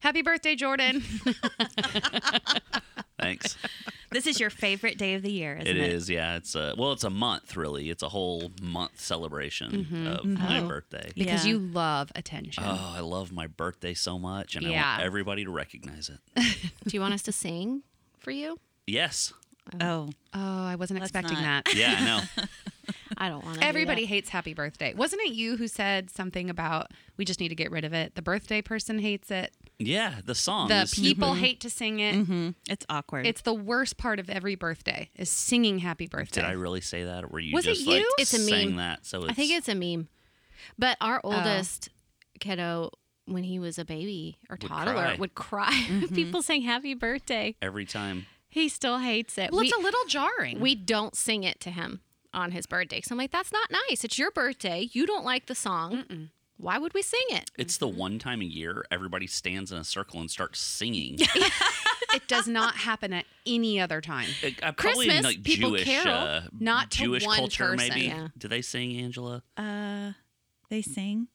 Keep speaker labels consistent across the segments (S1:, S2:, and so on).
S1: Happy birthday, Jordan.
S2: Thanks.
S3: This is your favorite day of the year, isn't it?
S2: It is, yeah. It's a well, it's a month really. It's a whole month celebration of my
S1: Oh.
S2: birthday.
S1: because
S3: Yeah.
S1: you love attention.
S2: Oh, I love my birthday so much, and I
S1: Yeah.
S2: want everybody to recognize it.
S1: Do you want us to sing for you?
S2: Yes,
S3: Oh,
S1: Oh, I wasn't
S3: Let's
S1: expecting
S3: not.
S1: that.
S2: yeah, I know.
S4: I don't want to.
S1: Everybody hates happy birthday. Wasn't it you who said something about we just need to get rid of it? The birthday person hates it.
S2: Yeah, the song.
S1: The
S2: is-
S1: people hate to sing it.
S3: it's awkward.
S1: It's the worst part of every birthday is singing happy birthday.
S2: Did I really say that? Or were you
S1: Was it
S2: just like
S1: you?
S4: It's a meme.
S2: saying that? So it's,
S4: I think it's a meme. But our oldest kiddo, when he was a baby or toddler,
S2: cry.
S4: would cry. when People saying "Happy Birthday."
S2: every time.
S4: He still hates it.
S1: well,
S4: we,
S1: it's a little jarring.
S4: we don't sing it to him on his birthday. So I'm like, that's not nice. It's your birthday. You don't like the song. Why would we sing it?
S2: It's the one time a year everybody stands in a circle and starts singing.
S1: it does not happen at any other time.
S2: Like, uh, probably in,
S4: Christmas,
S2: like
S4: people
S2: Jewish,
S4: carol,
S2: uh,
S1: not to
S2: Jewish
S1: one
S2: culture,
S1: person.
S2: maybe.
S4: Yeah.
S2: Do they sing Angela?
S3: uh, they sing.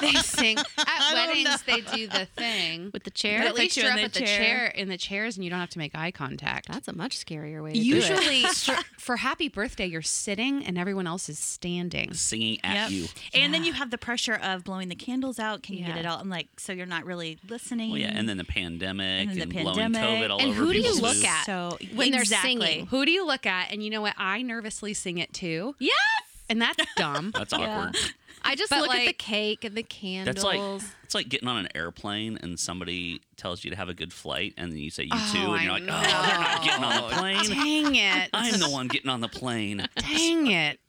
S1: They sing at
S3: don't
S1: weddings. They do the thing.
S4: With the
S1: But
S4: chair?
S1: at least
S3: you
S1: you're
S3: in
S1: up at the
S3: the chair.
S1: chair in the chairs, and you don't have to make eye contact.
S4: That's a much scarier way to do it.
S1: Usually, for, for happy birthday, you're sitting and everyone else is standing.
S2: Singing at
S3: Yep.
S2: you.
S3: And then you have the pressure of blowing the candles out. Can you get
S4: Yeah.
S3: it out? I'm like, so you're not really listening.
S2: Well, Oh, yeah, and then the pandemic and,
S3: And then the
S2: blowing
S3: pandemic.
S2: COVID all
S4: And
S2: over
S4: who do you
S2: people's
S4: look
S2: booths.
S4: at?
S3: so
S4: when they're
S3: exactly.
S4: singing.
S1: Who do you look at? And you know what? I nervously sing it too.
S4: Yes.
S1: And that's dumb.
S2: That's awkward.
S4: I just
S1: But,
S4: look at the
S1: like,
S4: cake and the candles.
S2: That's like it's like getting on an airplane and somebody tells you to have a good flight, and then you say you
S1: Oh,
S2: too, and
S1: I
S2: you're like, oh, they're not getting on the plane.
S1: Dang it.
S2: I'm the one getting on the plane.
S1: Dang it.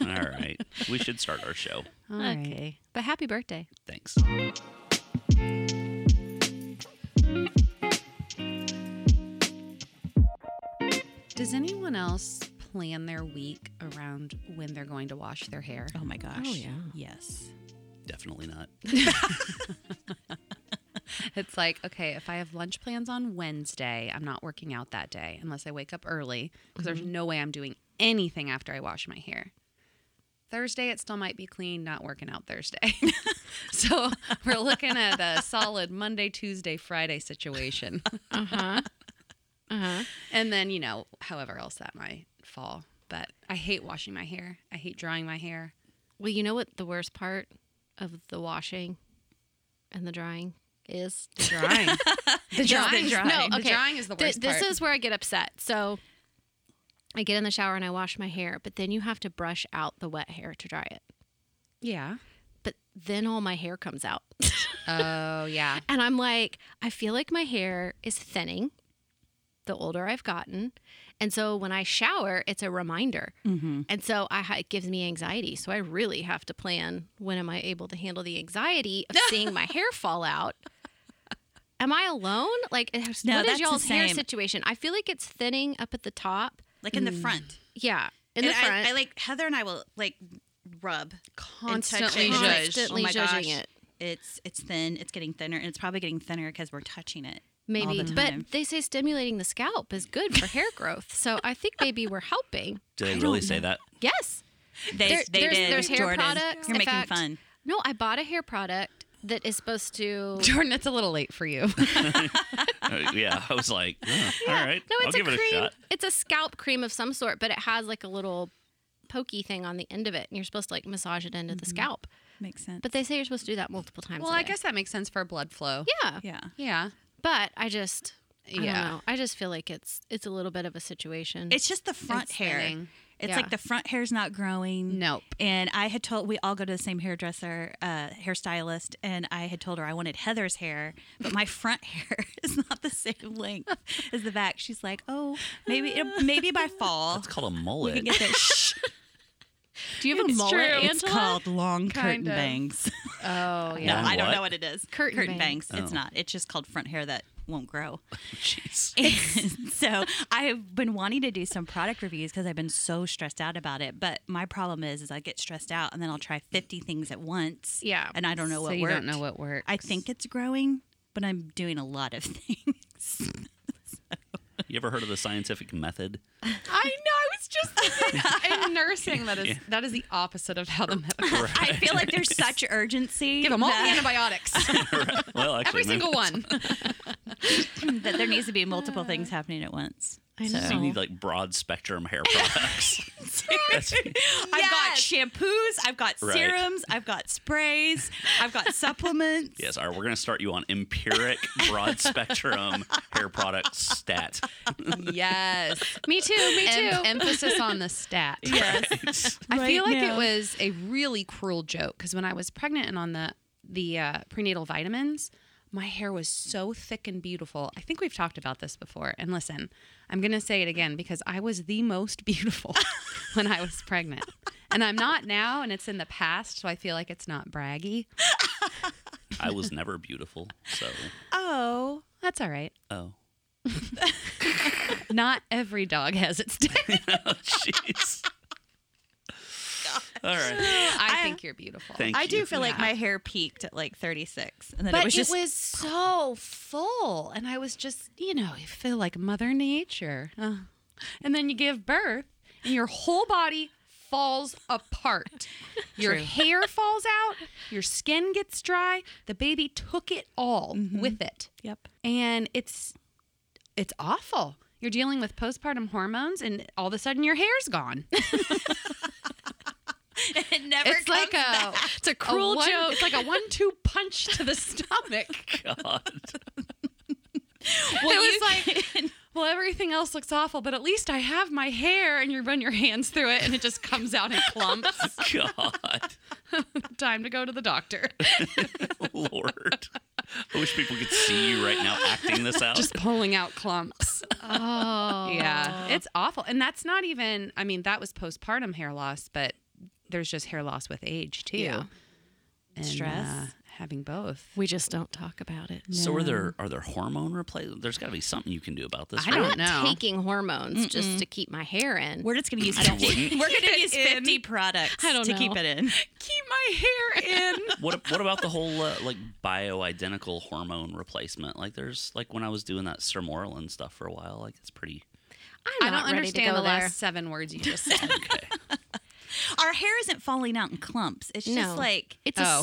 S2: All right, we should start our show.
S1: All right.
S4: okay. But happy birthday.
S2: Thanks.
S1: Does anyone else plan their week around when they're going to wash their hair?
S3: Oh my gosh.
S4: Oh, yeah.
S3: Yes.
S2: Definitely not.
S1: It's like, okay, if I have lunch plans on Wednesday, I'm not working out that day unless I wake up early because there's no way I'm doing anything after I wash my hair. Thursday, it still might be clean, not working out Thursday. so we're looking at a solid Monday, Tuesday, Friday situation.
S4: Uh huh. uh huh.
S1: And then, you know, however else that might fall. But I hate washing my hair. I hate drying my hair.
S4: Well, you know what the worst part of the washing and the drying is?
S1: The drying. the drying.
S4: drying. No,
S1: No, the
S4: okay.
S1: drying is the
S4: Th-
S1: worst
S4: this
S1: part.
S4: is where I get upset. So I get in the shower and I wash my hair, but then you have to brush out the wet hair to dry it.
S1: yeah.
S4: But then all my hair comes out.
S1: Oh, yeah.
S4: and I'm like, I feel like my hair is thinning the older I've gotten. And so when I shower, it's a reminder.
S3: Mm-hmm.
S4: And so I, ha- it gives me anxiety. So I really have to plan when am I able to handle the anxiety of seeing my hair fall out. Am I alone? Like, is-
S3: No,
S4: what
S3: that's
S4: is
S3: the
S4: y'all's hair
S3: same.
S4: situation? I feel like it's thinning up at the top.
S3: Like in the front.
S4: Yeah, in the
S3: And I-
S4: front.
S3: I, like Heather and I will like rub
S1: Constantly
S3: and touch it.
S1: judge.
S3: oh
S4: Constantly
S3: my
S4: judging
S3: gosh.
S4: it.
S3: It's it's thin. It's getting thinner, and it's probably getting thinner because we're touching it.
S4: maybe,
S3: all the time.
S4: but they say stimulating the scalp is good for hair growth. So I think maybe we're helping.
S2: Do they
S3: I
S2: really
S3: don't
S2: say
S3: know.
S2: that?
S4: Yes.
S3: They,
S4: There-
S3: they
S4: there's-
S3: did.
S4: there's hair
S3: Jordan.
S4: products.
S3: You're
S4: In
S3: making
S4: fact,
S3: fun.
S4: No, I bought a hair product that is supposed to.
S1: Jordan, it's a little late for you.
S2: Uh, yeah, I was like, "Huh, all right,
S4: No,
S2: I'll
S4: it's
S2: give
S4: a
S2: it a
S4: cream.
S2: shot.
S4: It's a scalp cream of some sort, but it has like a little pokey thing on the end of it, and you're supposed to like massage it into the scalp.
S3: Makes sense.
S4: But they say you're supposed to do that multiple times.
S1: well,
S4: a
S1: I
S4: day.
S1: guess that makes sense for blood flow.
S4: Yeah,
S3: yeah.
S1: Yeah.
S4: but I just.
S1: Yeah.
S4: I don't know. I just feel like it's it's a little bit of a situation.
S3: It's just the front
S1: It's
S3: hair.
S1: thinning.
S3: It's
S4: Yeah.
S3: like the front hair's not growing.
S1: Nope.
S3: And I had told we all go to the same hairdresser, uh, hairstylist, and I had told her I wanted Heather's hair, but my front hair is not the same length as the back. She's like, "Oh, maybe it'll- maybe by fall
S2: It's called a
S3: we
S2: mullet.
S3: can get that." Shh.
S4: do you have
S1: it's
S4: a mullet,
S1: true.
S4: Angela?
S3: It's called long curtain
S1: Kind of.
S3: bangs.
S1: Oh,
S3: no,
S1: yeah.
S2: Long
S3: I don't
S2: what?
S3: know what it is.
S4: Curtain
S3: bangs.
S4: bangs.
S3: It's not. It's just called front hair that won't grow.
S2: Jeez.
S3: And so I've been wanting to do some product reviews because I've been so stressed out about it. But my problem is, is I get stressed out and then I'll try fifty things at once.
S4: Yeah.
S3: and I don't know
S1: so
S3: what
S1: you
S3: worked.
S1: don't know what works.
S3: I think it's growing, but I'm doing a lot of things.
S2: You ever heard of the scientific method?
S1: I know. I was just thinking in nursing that is that is the opposite of how the medical.
S3: I feel like there's such urgency.
S1: Give them all the
S3: that,
S1: antibiotics,
S2: well, actually,
S1: every
S2: maybe-
S1: single one.
S3: that there needs to be multiple things happening at once.
S4: I
S3: So-
S4: know.
S2: So you need like broad spectrum hair products. That's-
S3: I've got
S1: Yes.
S3: shampoos, I've got
S2: Right.
S3: serums, I've got sprays, I've got supplements.
S2: yes, all right, we're going to start you on empiric broad spectrum hair product stat.
S1: yes,
S4: Me too. Me too.
S1: Em- emphasis on the stat.
S3: Yes.
S1: I feel
S3: Right
S1: like
S3: now.
S1: it was a really cruel joke because when I was pregnant and on the the uh, prenatal vitamins, my hair was so thick and beautiful. I think we've talked about this before. And listen, I'm gonna say it again because I was the most beautiful when I was pregnant, and I'm not now, and it's in the past, so I feel like it's not braggy.
S2: I was never beautiful, so
S3: Oh.
S1: That's all right.
S2: oh.
S1: Not every dog has its day.
S2: Oh, Jeez. All right.
S1: I think you're beautiful.
S2: Thank
S3: I
S2: you.
S3: do feel like
S1: Yeah.
S3: my hair peaked at like 36, and then
S1: But
S3: it was just
S1: so full, and I was just, you know, you feel like Mother Nature, Uh, and then you give birth, and your whole body falls apart. Your hair falls out, your skin gets dry. The baby took it all
S3: Mm-hmm.
S1: with it,
S3: yep.
S1: and it's it's awful. You're dealing with postpartum hormones, and all of a sudden your hair's gone.
S3: It never
S1: It's like
S3: comes
S1: a
S3: back.
S1: it's a
S4: cruel
S1: one-
S4: joke.
S1: It's like a one-two punch to the stomach.
S2: God.
S1: Well,
S3: you
S1: it was like, well, everything else looks awful, but at least I have my hair, and you run your hands through it, and it just comes out in clumps.
S2: God.
S1: Time to go to the doctor.
S2: Lord. I wish people could see you right now acting this out.
S1: Just pulling out clumps.
S4: oh.
S1: Yeah, it's awful, and that's not even. I mean, that was postpartum hair loss, but there's just hair loss with age too.
S4: Yeah.
S1: And,
S3: Stress.
S1: uh, having both.
S4: We just don't talk about it.
S2: so are there are there hormone replacements? There's got to be something you can do about this.
S1: I
S2: right?
S1: don't
S4: I'm not
S1: know.
S4: taking hormones just to keep my hair in.
S3: We're just gonna use
S2: don't
S3: 50.
S2: wouldn't.
S3: We're gonna
S1: Keep
S3: use
S1: it in.
S3: 50 products
S4: I don't
S3: to
S4: know.
S3: keep it in.
S1: Keep my hair in.
S2: What what about the whole uh, like bioidentical hormone replacement? Like there's like when I was doing that Sermorelin stuff for a while, like it's pretty
S1: I
S4: I'm not
S1: don't
S4: ready to go
S1: understand the
S4: there.
S1: last seven words you just said.
S2: okay.
S3: Our hair isn't falling out in clumps. It's
S4: No.
S3: just like
S4: It's a
S1: Oh.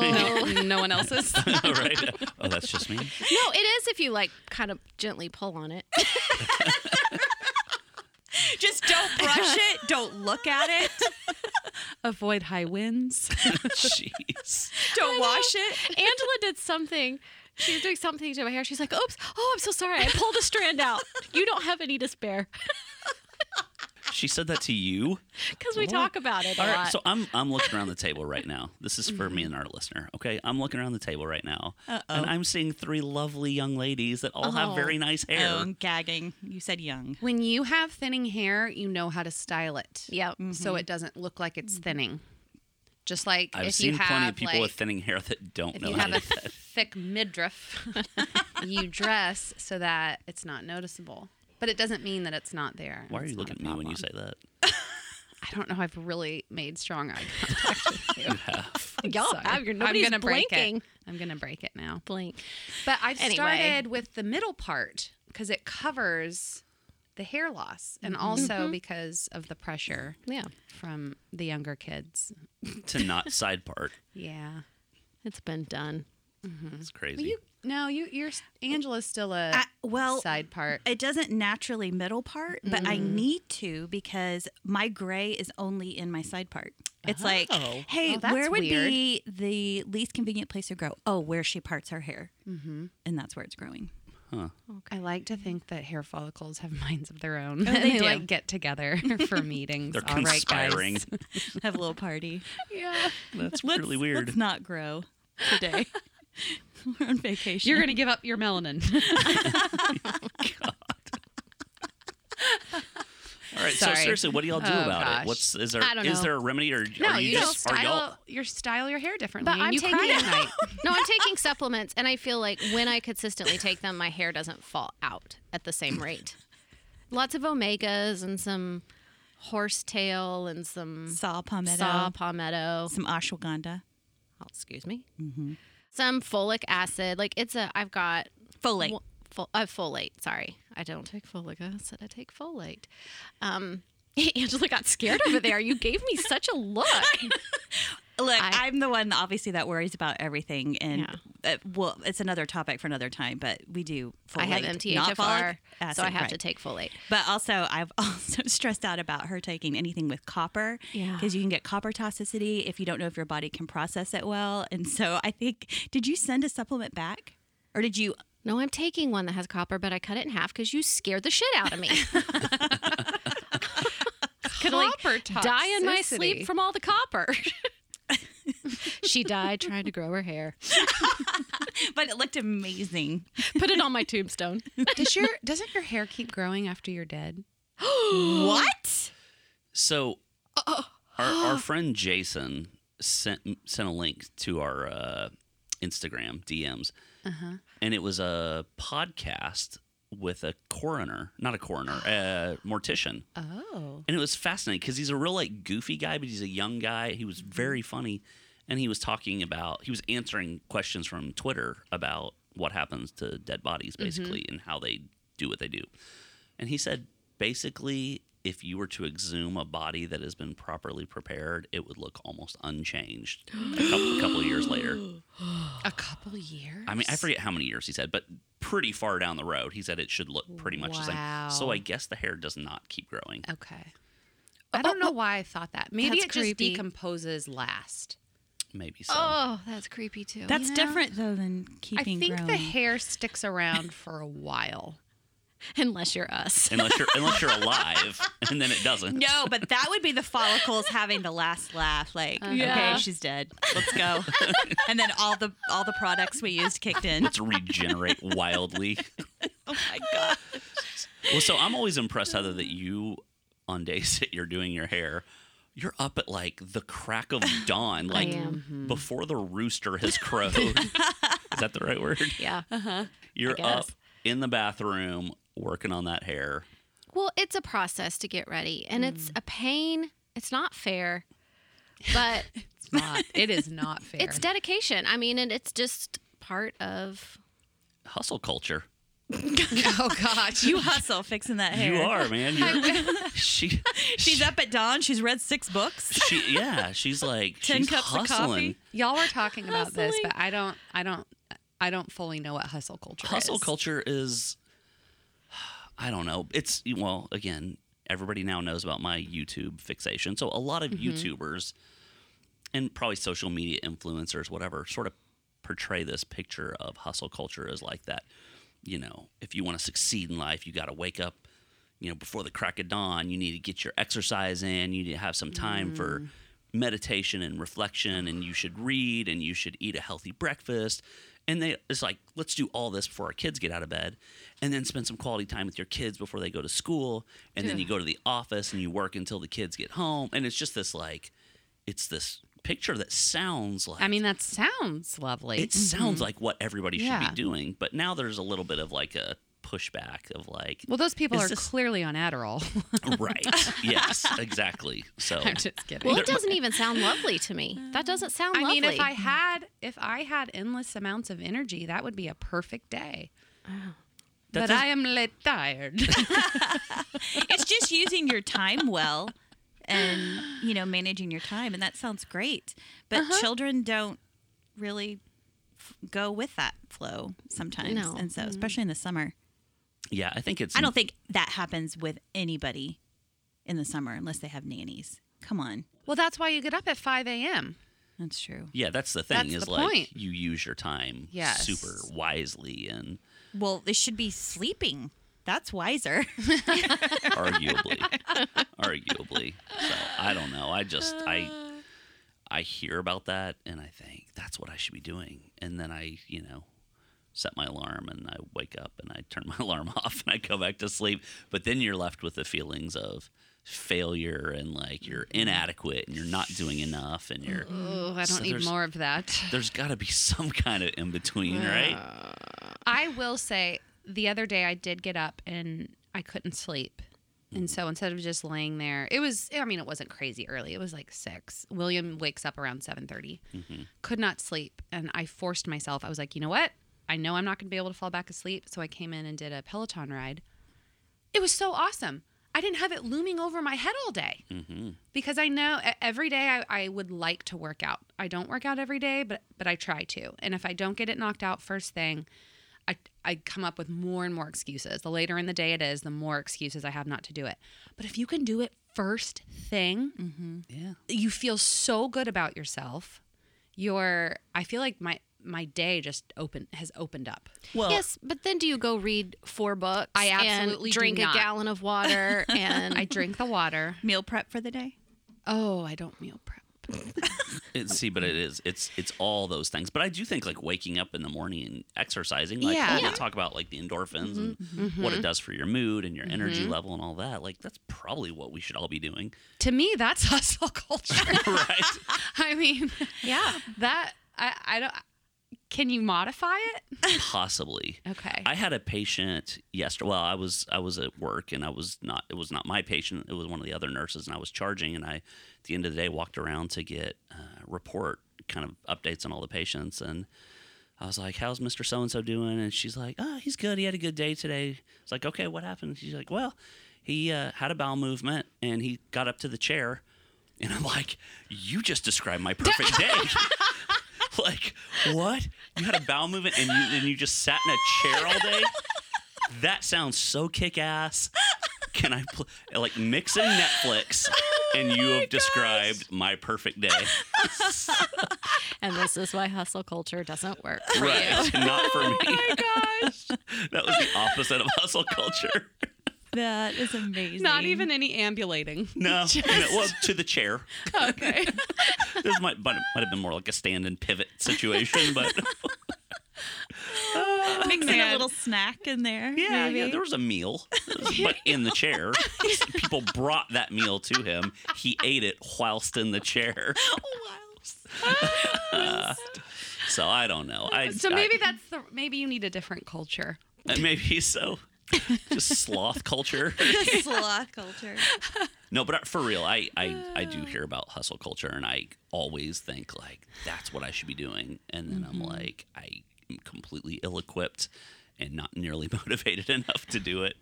S4: no,
S1: no, no one else's.
S2: All right. Oh, that's just me.
S4: it is if you like kind of gently pull on it.
S3: just don't brush it, don't look at it,
S1: Avoid high winds.
S2: Jeez.
S3: don't wash it.
S4: Angela did something. She was doing something to my hair. She's like, "Oops! Oh, I'm so sorry. I pulled a strand out. You don't have any to spare
S2: She said that to you.
S4: because we talk about it a
S2: All right,
S4: lot."
S2: so I'm I'm looking around the table right now. This is for me
S1: Mm-hmm.
S2: and our listener. Okay, I'm looking around the table right now, and I'm seeing three lovely young ladies that all
S4: Oh.
S2: have very nice hair.
S1: um,
S3: Oh, I'm gagging. You said young.
S1: When you have thinning hair, you know how to style it.
S4: yep. Mm-hmm.
S1: So it doesn't look like it's thinning. Just like
S2: I've
S1: if
S2: seen
S1: you have
S2: plenty of people
S1: like,
S2: with thinning hair that don't
S1: if
S2: know
S1: you
S2: how
S1: have
S2: to
S1: a
S2: do that.
S1: thick midriff, you dress so that it's not noticeable. But it doesn't mean that it's not there.
S2: Why are
S1: It's
S2: you
S1: not
S2: looking
S1: a
S2: at me when you
S1: problem.
S2: say that?
S1: I don't know. I've really made strong eye contact with you. I'm
S4: Y'all
S1: sorry.
S4: have. Your- nobody's
S1: I'm gonna break
S4: blinking.
S1: it. I'm gonna break it now.
S4: Blink.
S1: But I've
S4: Anyway.
S1: started with the middle part because it covers the hair loss and also because of the pressure
S4: Yeah,
S1: from the younger kids.
S2: To not side part.
S1: Yeah.
S4: it's been done.
S2: It's crazy.
S1: Mm-hmm. Well, you no, you you're Angela's still a
S3: I- well,
S1: side part.
S3: It doesn't naturally middle part, but I need to because my gray is only in my side part. It's like,
S2: Oh.
S3: hey,
S1: Oh, that's
S3: where would
S1: weird.
S3: be the least convenient place to grow? Oh, where she parts her hair. Mm-hmm. And that's where it's growing.
S1: I like to think that hair follicles have minds of their own.
S3: they do.
S1: like get together for meetings.
S2: They're
S1: All right, guys.
S2: conspiring.
S3: Have a little party.
S1: Yeah.
S2: That's
S3: Let's-
S2: really weird.
S3: Let's not grow today. We're on vacation.
S1: You're gonna give up your melanin.
S2: All right. So
S1: Sorry.
S2: seriously, what do y'all do
S1: Oh,
S2: about
S1: gosh.
S2: it? What's is there?
S4: I don't
S2: Is
S4: know.
S2: there a remedy or
S1: no,
S2: are
S1: you,
S2: you,
S1: just
S2: just are y'all?
S1: style your style your hair differently.
S4: But
S1: and
S4: I'm
S1: you
S4: taking
S1: cry
S4: it-
S1: at night.
S4: No, I'm taking supplements, and I feel like when I consistently take them, my hair doesn't fall out at the same rate. Lots of omegas and some horsetail and some
S3: saw palmetto,
S4: saw palmetto.
S3: some ashwagandha,
S4: Oh, excuse me. Some folic acid. Like it's a. I've got
S3: folate.
S4: Well, fol- uh, folate. Sorry, I don't take folic acid. I take folate. Um, Angela got scared over there. You gave me such a look.
S3: Look,
S4: I-
S3: I, am the one obviously that worries about everything, and uh, well, it's another topic for another time. But we do.
S4: I have
S3: folate, not folic
S4: MTHFR, so
S3: acid,
S4: I have
S3: right.
S4: to take folate.
S3: But also, I've also stressed out about her taking anything with copper.
S4: Yeah.
S3: Because you can get copper toxicity if you don't know if your body can process it well. And so I think, did you send a supplement back? Or did you?
S4: No, I'm taking one that has copper, but I cut it in half because you scared the shit out of me. Could like
S1: Copper
S4: die in my
S1: toxicity.
S4: sleep from all the copper. she died trying to grow her hair.
S3: But it looked amazing.
S4: Put it on my tombstone.
S1: Does your doesn't your hair keep growing after you're dead?
S3: what?
S2: So, our, our friend Jason sent sent a link to our uh, Instagram DMs,
S4: Uh-huh.
S2: and it was a podcast with a coroner, not a coroner, a mortician,
S1: Oh.
S2: and it was fascinating because he's a real like goofy guy, but he's a young guy. He was very funny, and he was talking about he was answering questions from Twitter about what happens to dead bodies, basically, and how they do what they do. And he said basically, if you were to exhume a body that has been properly prepared, it would look almost unchanged a couple, couple of years later.
S1: A couple years?
S2: I mean, I forget how many years he said, but pretty far down the road, he said it should look pretty much
S1: Wow. Uh,
S2: the same. So I guess the hair does not keep growing.
S1: Okay. I don't know why I thought that. Maybe
S4: oh, That's
S1: it just
S4: creepy.
S1: decomposes last.
S2: Maybe so.
S4: Oh, that's creepy too.
S3: That's
S4: You know?
S3: different though than
S1: I
S3: keeping.
S1: think the
S3: growing.
S1: hair sticks around for a while.
S4: Unless you're us.
S2: Unless you're unless you're alive, and then it doesn't.
S3: No, but that would be the follicles having the last laugh. Like,
S4: Yeah.
S3: okay, she's dead. Let's go. and then all the all the products we used kicked in.
S2: Let's regenerate wildly.
S3: Oh my god.
S2: Well, so I'm always impressed, Heather, that you, on days that you're doing your hair, you're up at like the crack of dawn, like
S4: am.
S2: before the rooster has crowed. Is that the right word?
S4: Yeah.
S1: Uh-huh.
S2: You're up
S4: guess.
S2: in the bathroom working on that hair.
S4: Well, it's a process to get ready, and it's
S1: Mm.
S4: a pain. It's not fair, but
S1: It's not. It is not fair.
S4: it's dedication. I mean, and it's just part of.
S2: Hustle culture.
S1: Oh gosh.
S3: You hustle fixing that hair.
S2: You are, man. You're, she,
S3: She's up at dawn. She's read six books.
S2: She, yeah, she's like
S3: Ten
S2: she's
S3: cups of coffee.
S2: hustling.
S1: Y'all were talking about this,
S3: Hustling.
S1: but I don't I don't I don't fully know what hustle culture
S2: hustle
S1: is.
S2: culture is i don't know it's well again everybody now knows about my youtube fixation so a lot of
S1: Mm-hmm.
S2: youtubers and probably social media influencers whatever sort of portray this picture of hustle culture as like that you know if you want to succeed in life you got to wake up you know before the crack of dawn you need to get your exercise in you need to have some time for meditation and reflection and you should read and you should eat a healthy breakfast and they it's like let's do all this before our kids get out of bed and then spend some quality time with your kids before they go to school and then you go to the office and you work until the kids get home and it's just this like it's this picture that sounds like
S1: I mean that sounds lovely.
S2: it sounds like what everybody should
S1: Yeah.
S2: be doing but now there's a little bit of like a pushback of like
S1: well, those people
S2: Is
S1: are
S2: this-
S1: clearly on Adderall.
S2: right yes exactly so
S1: I'm just kidding.
S4: Well,
S2: There-
S4: it doesn't even sound lovely to me. That doesn't sound
S1: I
S4: lovely.
S1: mean, if I had if I had endless amounts of energy, that would be a perfect day.
S2: That
S1: but
S2: does-
S1: I am le- tired.
S3: It's just using your time well and, you know, managing your time. And that sounds great. But children don't really f- go with that flow sometimes.
S4: No.
S3: And so, especially in the summer,
S2: yeah i think it's
S3: I don't think that happens with anybody in the summer unless they have nannies. Come on.
S1: well, that's why you get up at 5 a.m.
S3: That's true.
S2: yeah that's the thing
S1: That's
S2: is
S1: the
S2: like
S1: point.
S2: you use your time
S1: Yes.
S2: super wisely and
S3: Well, they should be sleeping. That's wiser.
S2: arguably arguably so i don't know i just i i hear about that and i think that's what i should be doing and then i you know set my alarm and i wake up and i turn my alarm off and i go back to sleep but then you're left with the feelings of failure and like you're inadequate and you're not doing enough and you're
S1: Oh, I don't
S2: So
S1: need
S2: there's-
S1: more of that.
S2: there's got to be some kind of in between right
S1: I will say the other day I did get up and I couldn't sleep. And so instead of just laying there, it was I mean it wasn't crazy early. It was like 6. William wakes up around 7:30. Could not sleep and I forced myself. I was like, "You know what? I know I'm not going to be able to fall back asleep." So I came in and did a Peloton ride. It was so awesome. I didn't have it looming over my head all day because I know e- every day I, I would like to work out. I don't work out every day, but but I try to. And if I don't get it knocked out first thing, I I come up with more and more excuses. The later in the day it is, the more excuses I have not to do it. But if you can do it first thing,
S2: Yeah.
S1: you feel so good about yourself. Your I feel like my my day just open has opened up.
S2: Well,
S4: yes, but then do you go read four books?
S1: I
S4: and
S1: absolutely do
S4: drink a
S1: not.
S4: gallon of water and
S1: I drink the water.
S3: Meal prep for the day.
S1: Oh, I don't meal prep.
S2: It, see, but it is. It's it's all those things. But I do think like waking up in the morning and exercising, like
S1: Yeah.
S2: all they talk about like the endorphins and what it does for your mood and your energy level and all that. Like that's probably what we should all be doing,
S1: To me, that's hustle culture.
S2: right?
S1: I mean, yeah, that I, I don't. Can you modify it?
S2: Possibly.
S1: Okay.
S2: I had a patient yesterday. Well, I was I was at work and I was not. It was not my patient. It was one of the other nurses, and I was charging. And I, at the end of the day, walked around to get uh, report kind of updates on all the patients. And I was like, "How's Mister So and So doing?" And she's like, "Oh, he's good. He had a good day today." It's like, "Okay, what happened?" She's like, "Well, he uh, had a bowel movement and he got up to the chair." And I'm like, "You just described my perfect day." like what you had a bowel movement and you and you just sat in a chair all day that sounds so kick-ass can i pl- like mix in netflix and
S1: Oh
S2: you have described my perfect day
S4: and this is why hustle culture doesn't work.
S2: right not for me
S1: my Oh gosh!
S2: that was the opposite of hustle culture
S3: That is amazing.
S1: Not even any ambulating.
S2: no, no well to the chair
S1: Okay.
S2: this might might might have been more like a stand and pivot situation but
S3: mixing
S1: man.
S3: a little snack in there.
S2: Yeah, yeah,
S3: maybe.
S2: there was a meal, but in the chair. People brought that meal to him. He ate it whilst in the chair.
S3: Oh,
S2: So I don't know. I
S1: so maybe
S2: I-
S1: that's the maybe you need a different culture.
S2: uh, maybe so. Just sloth culture.
S3: Sloth culture.
S2: No, but for real, I, I I do hear about hustle culture, and I always think like that's what I should be doing, and then I'm like I am completely ill-equipped and not nearly motivated enough to do it.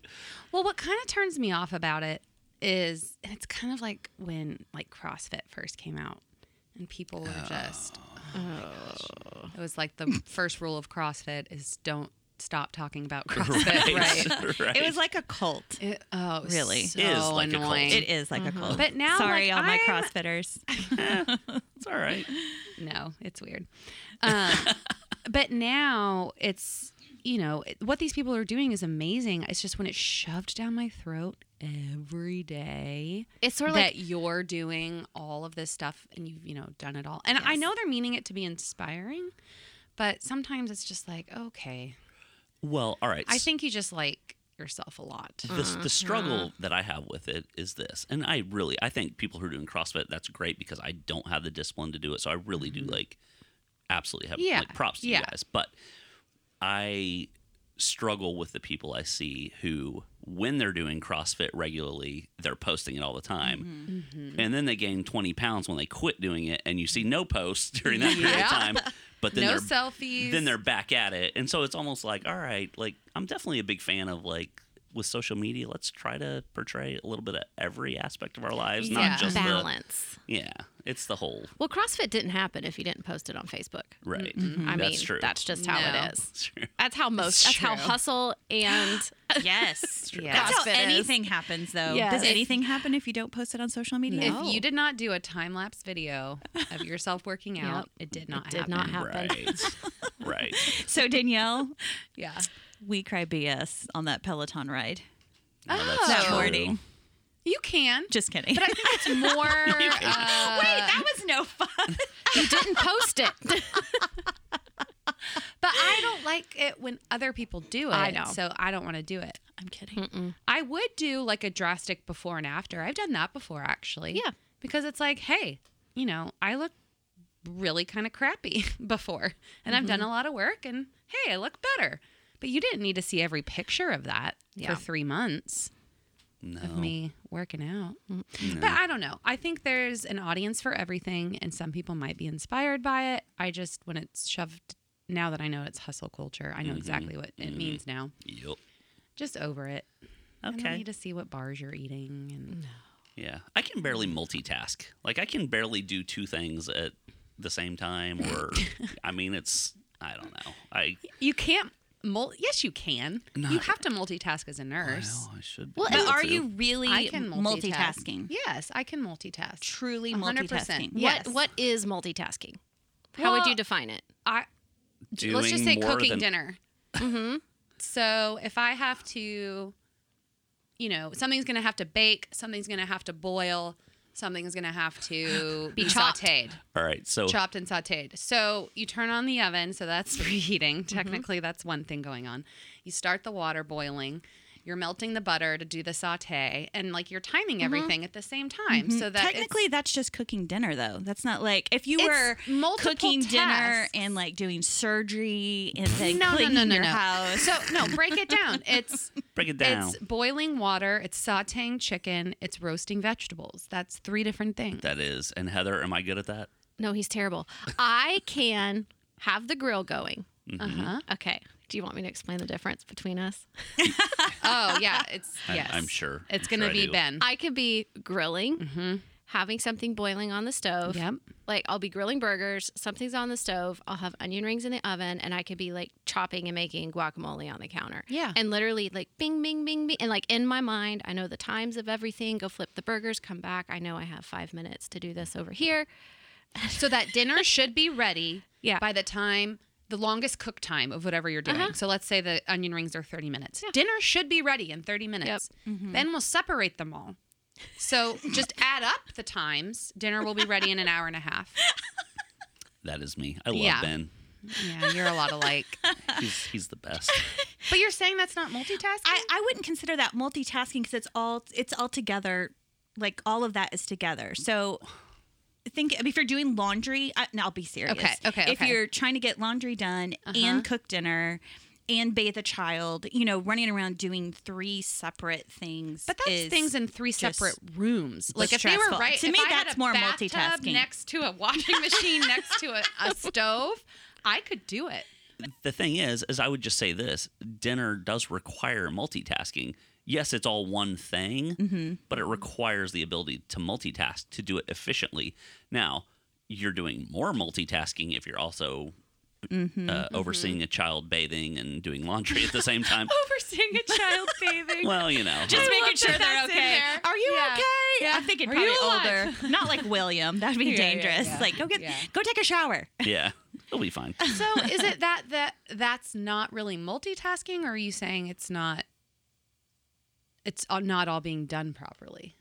S1: Well, what kind of turns me off about it is, and it's kind of like when like CrossFit first came out, and people were just, oh my gosh. it was like the first rule of CrossFit is don't stop talking about CrossFit. Right.
S2: right.
S3: It was like a cult.
S1: It, oh, it was
S3: Really.
S1: so
S2: Is like a cult.
S1: annoying.
S3: It is like a cult.
S1: But now,
S3: sorry,
S1: like,
S3: all my
S1: I'm-
S3: CrossFitters.
S2: it's all right.
S1: No, it's weird. Um, but now it's, you know, it- what these people are doing is amazing. It's just when it's shoved down my throat every day
S4: It's sort of
S1: that
S4: like
S1: you're doing all of this stuff and you've, you know, done it all. And I know they're meaning it to be inspiring, but sometimes it's just like, okay,
S2: Well, all right.
S1: I think you just like yourself a lot.
S2: the, the struggle
S1: Mm-hmm.
S2: that I have with it is this, and I really I think people who are doing CrossFit that's great because I don't have the discipline to do it, so I really do like absolutely have
S1: Mm-hmm. Yeah,
S2: like props to you
S1: yeah.
S2: guys, but I struggle with the people I see who when they're doing CrossFit regularly, they're posting it all the time.
S1: Mm-hmm.
S2: And then they gain 20 pounds when they quit doing it and you see no posts during that period
S1: Mm-hmm. Yeah.
S2: of time. But then
S1: no
S2: they're
S1: selfies.
S2: then they're back at it. And so it's almost like, all right, like I'm definitely a big fan of like with social media, let's try to portray a little bit of every aspect of our lives,
S1: Yeah.
S2: not just
S4: balance.
S2: the yeah. It's the whole
S4: Well, CrossFit didn't happen if you didn't post it on Facebook.
S2: right.
S4: Mm-hmm. I
S2: that's
S4: mean,
S2: true.
S4: that's just how
S1: Mm-hmm. No.
S4: it is.
S2: That's true.
S4: That's how most. That's how
S1: true.
S4: hustle and
S3: Yes.
S1: Yeah.
S3: That's how
S4: CrossFit is.
S3: anything happens, though.
S4: Yes.
S3: Does anything happen if you don't post it on social media?
S1: If you did not do a time lapse video of yourself working out, it did not
S4: did
S1: happen.
S4: not happen.
S2: Right. right.
S3: So, Danielle,
S1: Yeah.
S3: we cry BS on that Peloton ride.
S2: No, that's
S3: That
S2: true.
S3: morning.
S1: You can.
S3: Just kidding.
S1: Oh. I think it's more. uh,
S3: that was no fun.
S4: you didn't post it.
S1: but I don't like it when other people do it.
S4: I know.
S1: So I don't want to do it.
S3: I'm kidding.
S1: I would do like a drastic before and after. I've done that before, actually.
S4: Yeah.
S1: Because it's like, hey, you know, I look really kind of crappy before, and I've done
S4: Mm-hmm.
S1: a lot of work, and hey, I look better. But you didn't need to see every picture of that
S4: Yeah.
S1: for three months. of
S2: No.
S1: me working out. Mm. But I don't know. I think there's an audience for everything, and some people might be inspired by it. I just, when it's shoved, now that I know it's hustle culture, I know exactly what it means now.
S2: Yep.
S1: Just over it. And I
S2: Okay.
S1: need to see what bars you're eating. And
S2: Yeah. I can barely multitask. Like I can barely do two things at the same time or I mean it's I don't know. I
S1: you can't. Mul- yes, you can. you
S2: Not-
S1: have to multitask as a nurse.
S2: well, I should be
S4: Well,
S3: But
S2: able
S3: are
S2: to.
S3: you really
S1: I can multitask.
S3: multitasking?
S1: Yes, I can multitask.
S3: Truly
S1: 100%.
S3: multitasking.
S1: Yeah. Yes.
S4: What what is multitasking? How would
S1: Well,
S4: you define it?
S1: I
S2: doing
S1: let's just say
S2: more
S1: cooking
S2: than-
S1: dinner. Mm-hmm. So if I have to, you know, something's going to have to bake, something's going to have to boil, something's going to have to be,
S4: chopped.
S1: sautéed,
S2: All right. So
S1: chopped and sautéed. So you turn on the oven, so that's preheating.
S3: Mm-hmm.
S1: Technically, that's one thing going on. You start the water boiling. You're melting the butter to do the saute, and like you're timing everything at the same time, so that it's-
S3: Mm-hmm. Technically, that's just cooking dinner, though. That's not like if you
S1: It's
S3: were
S1: multiple
S3: cooking dinner
S1: tasks.
S3: and like doing surgery and then
S1: no, no,
S3: cleaning
S1: no, no,
S3: your
S1: no.
S3: house.
S1: So no, break it down. It's
S2: break it down.
S1: It's boiling water, it's sauteing chicken, it's roasting vegetables. That's three different things.
S2: that is. And Heather, am I good at that?
S4: No, he's terrible. I can have the grill going.
S2: mm-hmm.
S1: uh-huh.
S4: Okay. Do you want me to explain the difference between us?
S1: Oh yeah, it's
S2: I'm-
S1: yes.
S2: I'm sure.
S1: It's
S2: I'm
S1: gonna
S2: sure I
S1: be
S2: do.
S1: Ben.
S3: Mm-hmm.
S4: I could be grilling, having something boiling on the stove.
S1: Yep.
S4: Like I'll be grilling burgers, something's on the stove, I'll have onion rings in the oven, and I could be like chopping and making guacamole on the counter.
S1: Yeah.
S4: And literally like bing, bing, bing, bing. And like in my mind, I know the times of everything. Go flip the burgers, come back. I know I have five minutes to do this over here.
S1: So that dinner should be ready
S4: Yeah.
S1: by the time the longest cook time of whatever you're doing.
S3: Uh-huh.
S1: So let's say the onion rings are 30 minutes. Dinner should be ready in 30 minutes.
S3: Mm-hmm.
S1: Then we'll separate them all. So just add up the times. Dinner will be ready in an hour and a half.
S2: That is me. I love
S1: Yeah.
S2: Ben.
S1: Yeah, you're a lot alike.
S2: He's he's the best.
S1: But you're saying that's not multitasking?
S3: I, I wouldn't consider that multitasking because it's all it's all together. Like all of that is together. So think if you're doing laundry, I, now I'll be serious.
S1: Okay, okay,
S3: If
S1: okay. Uh-huh.
S3: you're trying to get laundry done and cook dinner and bathe a child, you know, running around doing three separate things.
S1: But that's
S3: is-
S1: things in three
S3: just-
S1: separate rooms. Like if they were
S3: stressful.
S1: right
S3: To
S1: if
S3: me,
S1: I had
S3: that's
S1: a
S3: more
S1: bathtub
S3: multitasking.
S1: Next to a washing machine, next to a, a stove, I could do it.
S2: the thing is, is I would just say this: dinner does require multitasking. Yes, it's all one thing,
S3: Mm-hmm,
S2: but
S1: Mm-hmm.
S2: it requires the ability to multitask to do it efficiently. Now, you're doing more multitasking if you're also
S3: mm-hmm.
S2: uh,
S1: Mm-hmm.
S2: overseeing a child bathing and doing laundry at the same time.
S1: Oh Overseeing a child bathing.
S2: well, you know,
S3: Just
S1: I
S3: making
S1: love that
S3: sure they're
S1: that's in
S3: okay.
S1: there.
S3: Are you
S1: Yeah.
S3: okay?
S1: Yeah.
S3: I'm thinking
S1: Are
S3: probably
S1: you alive?
S3: older. Not like William. That'd be
S1: Yeah, yeah,
S3: dangerous.
S1: yeah.
S3: Like go get
S1: Yeah.
S3: go take a shower.
S2: yeah, it'll be fine.
S1: so is it that that that's not really multitasking, or are you saying it's not? It's all- not all being done properly.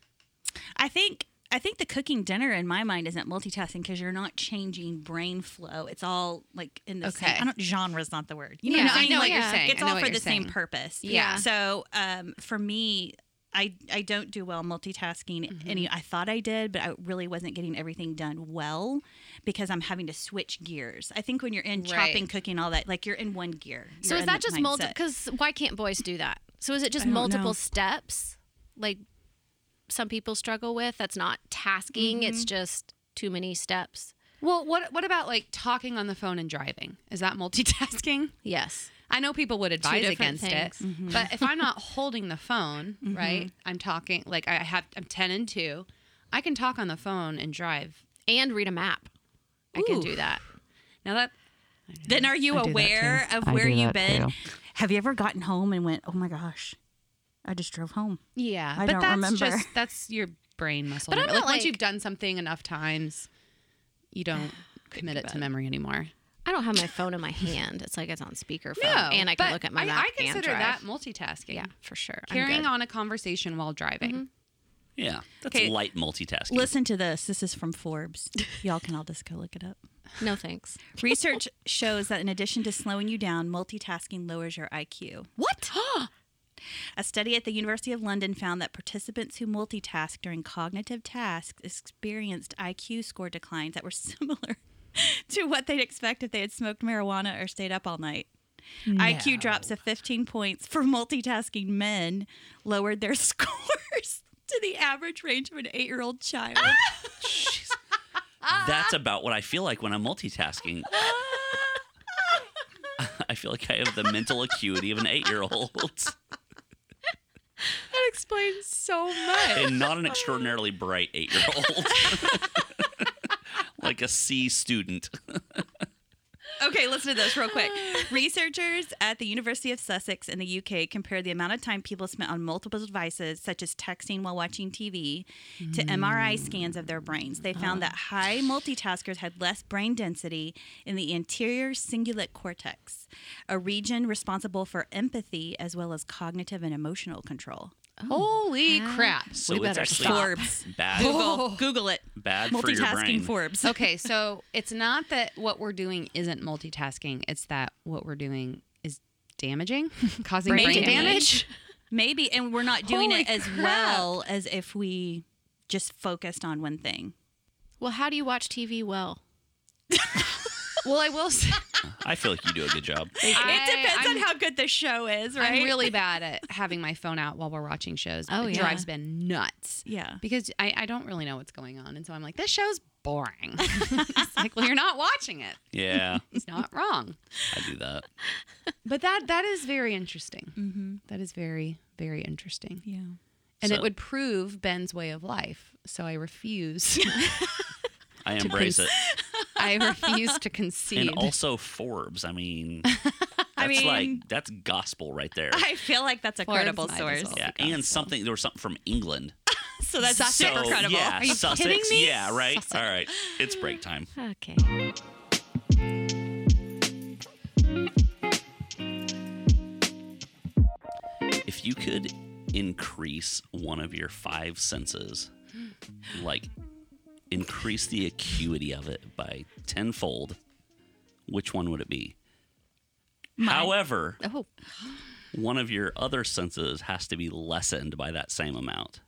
S3: I think I think the cooking dinner in my mind isn't multitasking because you're not changing brain flow. It's all like in the
S1: Okay.
S3: same. I don't genre's not the word. You know
S1: Yeah,
S3: what I'm
S1: I
S3: saying?
S1: know what
S3: Like,
S1: you're saying.
S3: It's
S1: I know
S3: all
S1: what
S3: for
S1: you're
S3: the
S1: saying.
S3: same purpose.
S1: Yeah.
S3: So um, for me. I, I don't do well multitasking
S1: Mm-hmm.
S3: any I thought I did but I really wasn't getting everything done well because I'm having to switch gears. I think when you're in chopping
S1: Right.
S3: cooking all that like you're in one gear.
S4: So
S3: You're
S4: is
S3: in
S4: that
S3: the
S4: just multiple?
S3: mindset.
S4: Because why can't boys do that? So is it just
S3: I don't
S4: multiple
S3: know.
S4: steps, like some people struggle with? That's not tasking.
S3: Mm-hmm.
S4: It's just too many steps.
S1: Well, what what about like talking on the phone and driving? Is that multitasking?
S4: Yes.
S1: I know people would advise
S4: different Mm-hmm.
S1: against it, but if I'm not holding the phone, right? I'm talking like I have I'm 10 and 2. I can talk on the phone and drive.
S4: And read a map. I can
S3: Ooh.
S4: do that.
S1: Now that
S3: Then are you
S1: I do that
S3: aware
S1: too.
S3: of
S1: I
S3: where
S1: do
S3: you've
S1: that
S3: been? Have you ever gotten home and went, "Oh my gosh, I just drove home"?
S1: yeah,
S3: I
S1: but
S3: don't
S1: that's
S3: remember.
S1: just that's your brain muscle.
S4: But I'm
S1: memory. like,
S4: not,
S1: once
S4: like-
S1: you've done something enough times, you don't commit it to memory anymore.
S4: I don't have my phone in my hand. It's like it's on speakerphone, and I can
S1: but
S4: look at my
S1: I,
S4: map.
S1: I consider
S4: and drive.
S1: that multitasking.
S4: Yeah, for sure. I'm
S1: Carrying
S4: good. Mm-hmm.
S1: on a conversation while driving.
S2: Yeah, that's
S3: Okay.
S2: light multitasking.
S3: Listen to this. This is from Forbes. Y'all can all just go look it up.
S4: No thanks.
S3: Research shows that in addition to slowing you down, multitasking lowers your IQ.
S1: What?
S3: A study at the University of London found that participants who multitask during cognitive tasks experienced IQ score declines that were similar to what they'd expect if they had smoked marijuana or stayed up all night. IQ drops of 15 points for multitasking men lowered their scores to the average range of an eight year old child.
S2: That's about what I feel like when I'm multitasking. I feel like I have the mental acuity of an eight year old.
S1: That explains so much.
S2: and not an extraordinarily bright eight year old. like a C student.
S3: Okay, listen to this real quick. Researchers at the University of Sussex in the UK compared the amount of time people spent on multiple devices, such as texting while watching TV, to MRI
S2: Mm.
S3: scans of their brains. They found
S2: Oh.
S3: that high multitaskers had less brain density in the anterior cingulate cortex, a region responsible for empathy as well as cognitive and emotional control.
S1: Holy
S4: Oh, Yeah.
S1: crap.
S2: So
S4: we
S2: it's
S4: better
S2: actually
S4: stop.
S3: Forbes.
S2: bad,
S3: Google, Google it.
S2: bad for your brain.
S3: Multitasking Forbes.
S1: Okay, so it's not that what we're doing isn't multitasking, it's that what we're doing is damaging, causing brain,
S4: Brain
S1: damage.
S4: damage.
S3: Maybe, and we're not doing
S1: Holy
S3: it as
S1: crap.
S3: well as if we just focused on one thing.
S4: Well, how do you watch TV well?
S1: Well, I will say
S2: I feel like you do a good job.
S1: I-
S3: it depends
S1: I'm-
S3: on how good the show is, right?
S1: I'm really bad at having my phone out while we're watching shows.
S4: Oh,
S1: it
S4: yeah.
S1: drives Ben nuts.
S3: yeah.
S1: Because I, I don't really know what's going on. And so I'm like, this show's boring. it's like, well, you're not watching it.
S2: Yeah,
S1: He's not wrong.
S2: I do that.
S1: But that that is very interesting. That is very, very interesting.
S3: Yeah.
S1: And it
S2: So-
S1: would prove Ben's way of life. So I refuse.
S2: I embrace it.
S1: I refuse to concede.
S2: And also Forbes. I mean,
S3: I
S2: that's
S3: mean-
S2: like that's gospel right there.
S3: I feel like that's a
S1: Forbes
S3: credible
S1: magazine.
S3: source.
S2: yeah, and something there was something from England.
S3: So that's
S1: Sussex.
S3: super
S2: so,
S3: credible.
S2: Yeah,
S1: Are you
S2: Sussex.
S1: kidding me?
S2: Yeah, right. All right, it's break time.
S4: Okay.
S2: If you could increase one of your five senses, like increase the acuity of it by tenfold, which one would it be? However,
S1: oh,
S2: one of your other senses has to be lessened by that same amount.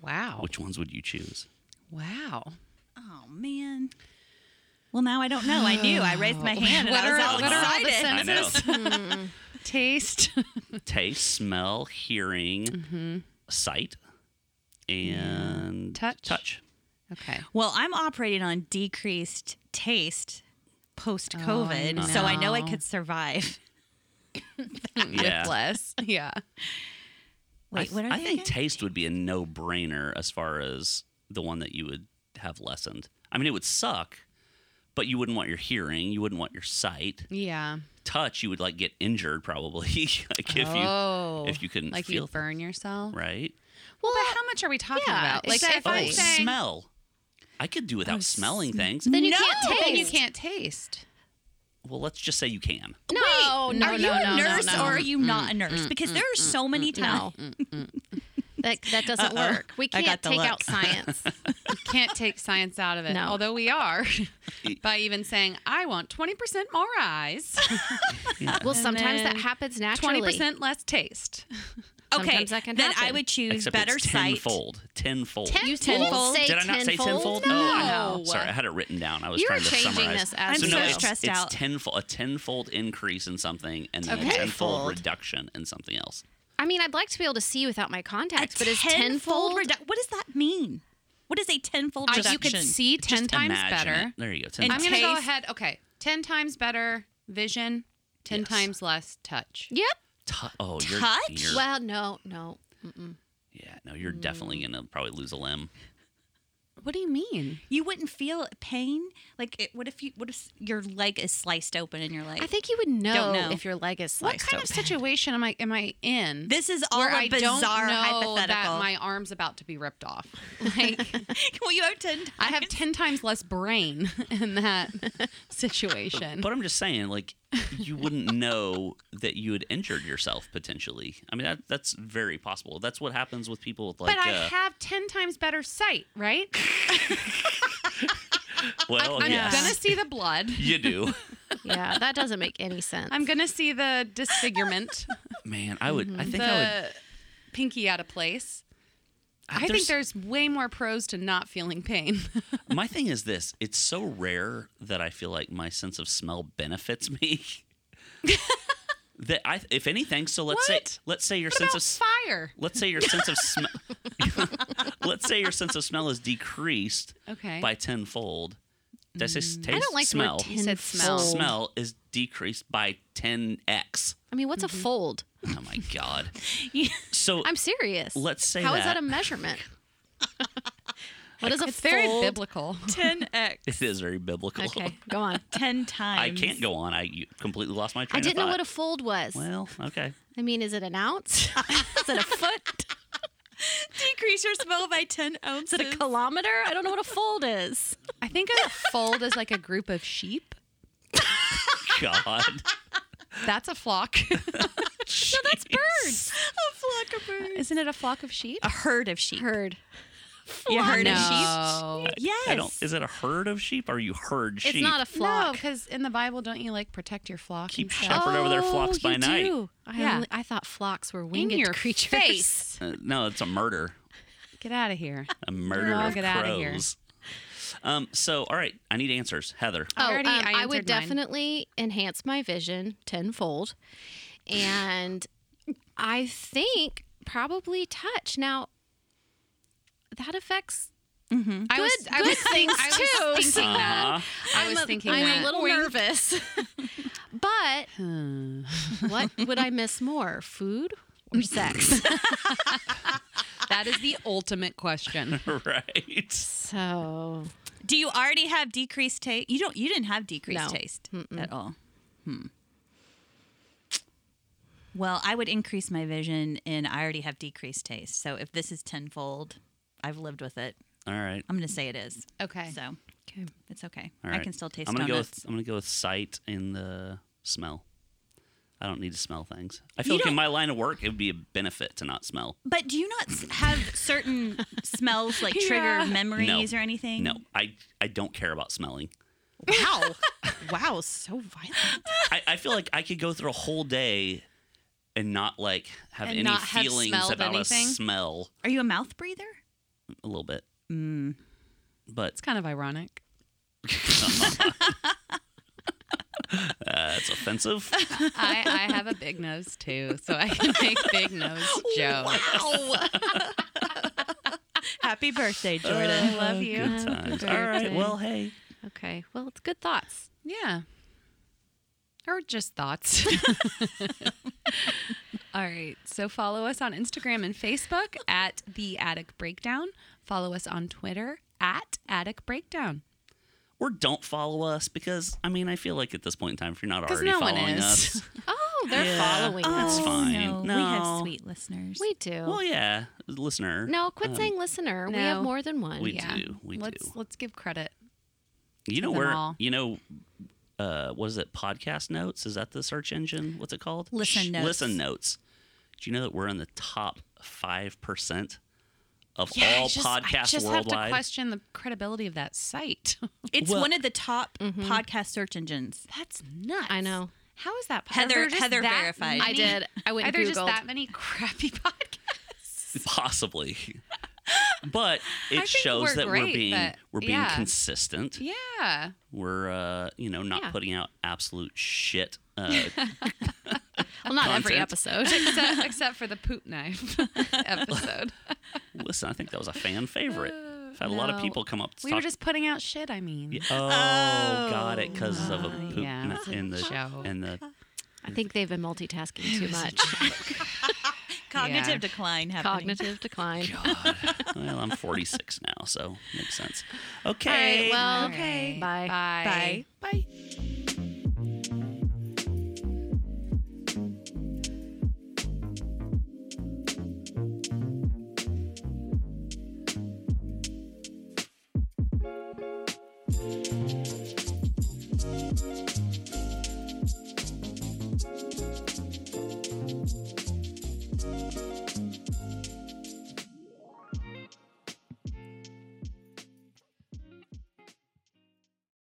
S1: wow.
S2: Which ones would you choose?
S1: Wow.
S3: Oh man. Well, now I don't know. I knew. I raised my hand and
S1: What
S3: I
S1: are-
S3: was Oh. all
S1: what are all the Hmm.
S3: excited.
S2: I know.
S1: Taste.
S2: Taste, smell, hearing,
S1: Mm-hmm.
S2: sight, and
S1: Touch.
S2: Touch.
S1: okay.
S3: Well, I'm operating on decreased taste post COVID,
S1: Oh,
S3: so I know I
S1: no.
S3: could survive.
S2: Yeah.
S1: Less. Yeah.
S2: I,
S3: Wait,
S2: th-
S3: what are
S2: I
S3: they
S2: think
S3: again?
S2: taste would be a no-brainer as far as the one that you would have lessened. I mean, it would suck, but you wouldn't want your hearing, you wouldn't want your sight,
S1: Yeah.
S2: touch. You would like get injured probably, like if
S1: oh,
S2: you if you couldn't
S1: like
S2: feel
S1: you burn yourself.
S2: right.
S1: Well, but how much are we talking
S4: yeah,
S1: about? Like
S4: exactly.
S1: if
S2: oh,
S1: I'm saying
S2: smell. I could do
S3: Oh,
S2: without smelling things.
S4: Then you
S3: No!
S2: Oh.
S4: can't taste.
S1: then you can't taste.
S2: Well, let's just say you can.
S4: No, no,
S3: are
S4: no,
S3: you
S4: no,
S3: a nurse
S4: no, no.
S3: or are you not a nurse? because there are so many
S4: no. Mm,
S3: times.
S4: That that doesn't
S3: Uh-oh.
S4: work. We
S3: I
S4: can't
S3: got the
S4: take
S3: look.
S4: out science.
S1: You can't take science out of it.
S4: No.
S1: Although we are
S2: E-
S1: by even saying I want 20% more eyes,
S4: Well, sometimes
S1: then
S4: that happens naturally.
S1: 20% less taste.
S3: Okay,
S4: Sometimes that can
S3: then I
S4: happen.
S3: would choose
S2: Except
S3: better
S2: it's
S3: sight.
S2: tenfold. Tenfold.
S4: Ten-
S3: You
S4: you didn't
S3: tenfold?
S4: say
S2: Did I not say tenfold? Oh, I
S1: No.
S2: know. Sorry, I had it written down. I was
S4: You were
S2: trying to
S4: changing
S2: summarize.
S4: this as
S3: I'm so
S2: it's,
S3: stressed
S2: it's
S3: out.
S2: tenfold, a tenfold increase in something, and then a
S4: Okay.
S2: tenfold
S4: Tenfold.
S2: reduction in something else.
S4: I mean, I'd like to be able to see without my
S3: A
S4: contacts, but is
S3: tenfold
S4: tenfold?
S3: redu- What does that mean? What is a tenfold
S1: I-
S3: reduction?
S1: you could see 10
S2: Just
S1: times
S2: imagine
S1: better.
S2: it. There you go.
S3: And
S1: I'm
S2: Tenfold.
S1: going to go
S3: taste.
S1: ahead. Okay. 10 times better vision, 10
S2: Yes.
S1: times less touch.
S4: yep.
S2: Tu- oh, you're,
S3: Touch?
S2: you're-
S4: Well, no, no.
S2: yeah, no, you're definitely gonna probably lose a limb.
S1: What do you mean?
S3: You wouldn't feel pain. Like, it, what if you? What if your leg is sliced open and you're like,
S4: I think you would know,
S3: know.
S4: if your leg is
S1: What
S4: sliced
S1: kind of
S4: open.
S1: situation am I am I in?
S3: this is all
S1: where
S3: a
S1: I don't know
S3: bizarre hypothetical.
S1: that my arm's about to be ripped off. Like
S3: well, you have ten.
S1: I have ten times less brain in that situation.
S2: But I'm just saying, like, you wouldn't know that you had injured yourself potentially. I mean, that that's very possible. That's what happens with people with like.
S1: But I
S2: uh,
S1: have ten times better sight, right?
S2: well,
S1: I'm
S2: yes,
S1: gonna see the blood.
S2: you do.
S4: yeah, that doesn't make any sense.
S1: I'm gonna see the disfigurement,
S2: Man, I would. I think I would.
S1: the pinky out of place. I think there's way more pros to not feeling pain.
S2: My thing is this: it's so rare that I feel like my sense of smell benefits me. that I, if anything, so let's
S1: What?
S2: say, let's say your sense
S1: About
S2: of s-
S1: fire.
S2: let's say your sense of smell, let's say your sense of smell is decreased
S1: Okay.
S2: by tenfold. Did I say s- taste?
S4: Mm. I don't like
S2: smell.
S4: the word
S1: You said smell.
S4: tenfold.
S2: smell is decreased by 10x.
S4: I mean, what's a fold?
S2: Oh my god.
S3: Yeah.
S2: So
S4: I'm serious.
S2: Let's say
S4: How is
S2: that.
S4: that a measurement? what is a
S1: It's
S4: fold?
S1: very biblical.
S3: 10x.
S2: it is very biblical.
S4: Okay, go on.
S3: 10 times.
S2: I can't go on. I you completely lost my train
S4: I
S2: of
S4: didn't know
S2: thought.
S4: what a fold was.
S2: Well, okay.
S4: I mean, is it an ounce? is it a foot?
S3: Decrease your smell by 10 ounces.
S4: Is it a kilometer? I don't know what a fold is.
S1: I think a fold is like a group of sheep.
S2: God.
S1: That's a flock.
S2: no, that's
S4: Birds.
S3: a flock of birds.
S1: Isn't it a flock of sheep?
S3: A herd of sheep.
S4: Heard.
S3: You heard
S1: no.
S3: of sheep?
S2: I don't,
S3: Yes.
S2: is it a herd of sheep? Or you herd sheep?
S4: It's not
S1: No,
S4: a flock.
S1: because in the Bible, don't you like protect your flock?
S2: Keep
S1: and stuff?
S2: shepherd over their flocks
S4: Oh,
S2: by
S4: you
S2: night.
S4: do. I,
S1: Yeah.
S4: only- I thought flocks were
S1: in
S4: winged
S1: your
S4: creatures.
S1: face.
S2: Uh, no, it's a murder.
S1: Get out of here.
S2: A murder
S1: Girl,
S2: of
S1: get outta here.
S2: crows. Um, so, all right, I need answers. Heather,
S4: Oh,
S1: Already,
S4: um,
S1: I
S4: I, would
S1: answered mine.
S4: definitely enhance my vision tenfold. And I think probably touch. Now, that affects.
S1: I was, I was, think, I was
S4: too.
S1: thinking that.
S2: Uh-huh.
S1: I was thinking
S4: I'm
S1: that.
S4: a little nervous. but what would I miss more, food or sex?
S1: that is the ultimate question.
S2: Ah, right.
S4: so,
S3: Do you already have decreased taste? You don't. You didn't have decreased
S4: No.
S3: taste at all. Hmm. Well, I would increase my vision, and I already have decreased taste. So if this is tenfold, I've lived with it.
S2: All right.
S3: I'm going to say it is.
S1: Okay.
S3: So
S4: okay.
S3: it's okay.
S2: All right.
S3: I can still taste
S2: I'm gonna Go
S3: donuts.
S2: with, I'm going to go with sight and the smell. I don't need to smell things. I
S3: You
S2: feel like
S3: don't-
S2: in my line of work, it would be a benefit to not smell.
S3: but do you not s- have certain smells like trigger
S1: Yeah.
S3: memories
S2: No.
S3: or anything?
S2: No, I, I don't care about smelling.
S3: Wow. wow. So violent.
S2: I, I feel like I could go through a whole day and not like have
S1: And
S2: any
S1: not have
S2: feelings
S1: smelled
S2: about
S1: anything?
S2: a smell
S3: Are you a mouth breather?
S2: a little bit.
S1: Mm.
S2: But
S1: It's kind of ironic.
S2: uh, that's offensive.
S1: I, I have a big nose too, so I can make big nose jokes.
S3: Wow. Happy birthday, Jordan.
S1: I love you.
S2: Good times.
S4: birthday.
S2: All right. Well, hey.
S4: Okay. Well, it's good thoughts.
S1: Yeah. Or just thoughts. All right. So follow us on Instagram and Facebook at The Attic Breakdown. Follow us on Twitter at Attic Breakdown.
S2: Or don't follow us because I mean I feel like at this point in time if you're not
S1: 'Cause
S2: already
S1: no one
S2: following
S1: is.
S2: us,
S4: Oh, they're
S2: Yeah.
S4: following
S3: Uh,
S2: That's
S4: us.
S2: Oh, fine.
S3: We
S2: No.
S3: have sweet listeners.
S4: We do.
S2: well yeah, listener.
S4: no, quit saying listener. we have
S1: no.
S4: more than one.
S2: We do. We
S1: let's
S2: do.
S1: let's give credit.
S2: You know
S1: them
S2: where
S1: all.
S2: you know uh what is it? Podcast notes? Is that the search engine? What's it called?
S3: Listen
S2: Shh,
S3: Notes.
S2: Listen notes. Do you know that we're in the top five percent of
S1: I
S2: all
S1: just- I
S2: podcasts
S1: just have to
S2: worldwide?
S1: question the credibility of that site.
S3: It's
S2: Well-
S3: one of the top podcast search enggens.
S1: That's nuts.
S4: I know.
S1: How is that
S3: Heather-
S1: Are there just
S3: Heather
S1: that
S3: verified.
S4: I
S1: many-
S4: did. I went
S1: Are
S4: and
S1: there just
S4: Googled.
S1: that many crappy podcasts?
S2: Possibly. But it
S1: think
S2: shows
S1: we're
S2: that we're
S1: great,
S2: being
S1: but-
S2: we're being
S1: yeah.
S2: consistent.
S1: Yeah.
S2: We're uh, you know, not
S4: Yeah.
S2: putting out absolute shit uh,
S4: Well, not every
S2: Content.
S4: episode.
S1: except, except for the poop knife episode.
S2: Listen, I think that was a fan favorite. I've had a lot of
S1: Oh, no.
S2: people come up to
S1: We
S2: talk.
S1: were just putting out shit, I mean.
S2: Yeah. Oh, got it. Because of a
S1: Oh,
S2: poop
S1: yeah,
S2: in-
S1: it's a
S2: in the
S1: show.
S2: in the.
S4: I think they've been multitasking too much.
S3: Cognitive
S1: Yeah.
S3: decline happening.
S4: Cognitive decline.
S2: God. well, I'm 46 now, so makes sense.
S4: All right.
S2: Okay.
S4: Well,
S1: Okay.
S4: Bye.
S1: Bye.
S3: Bye.
S2: Bye.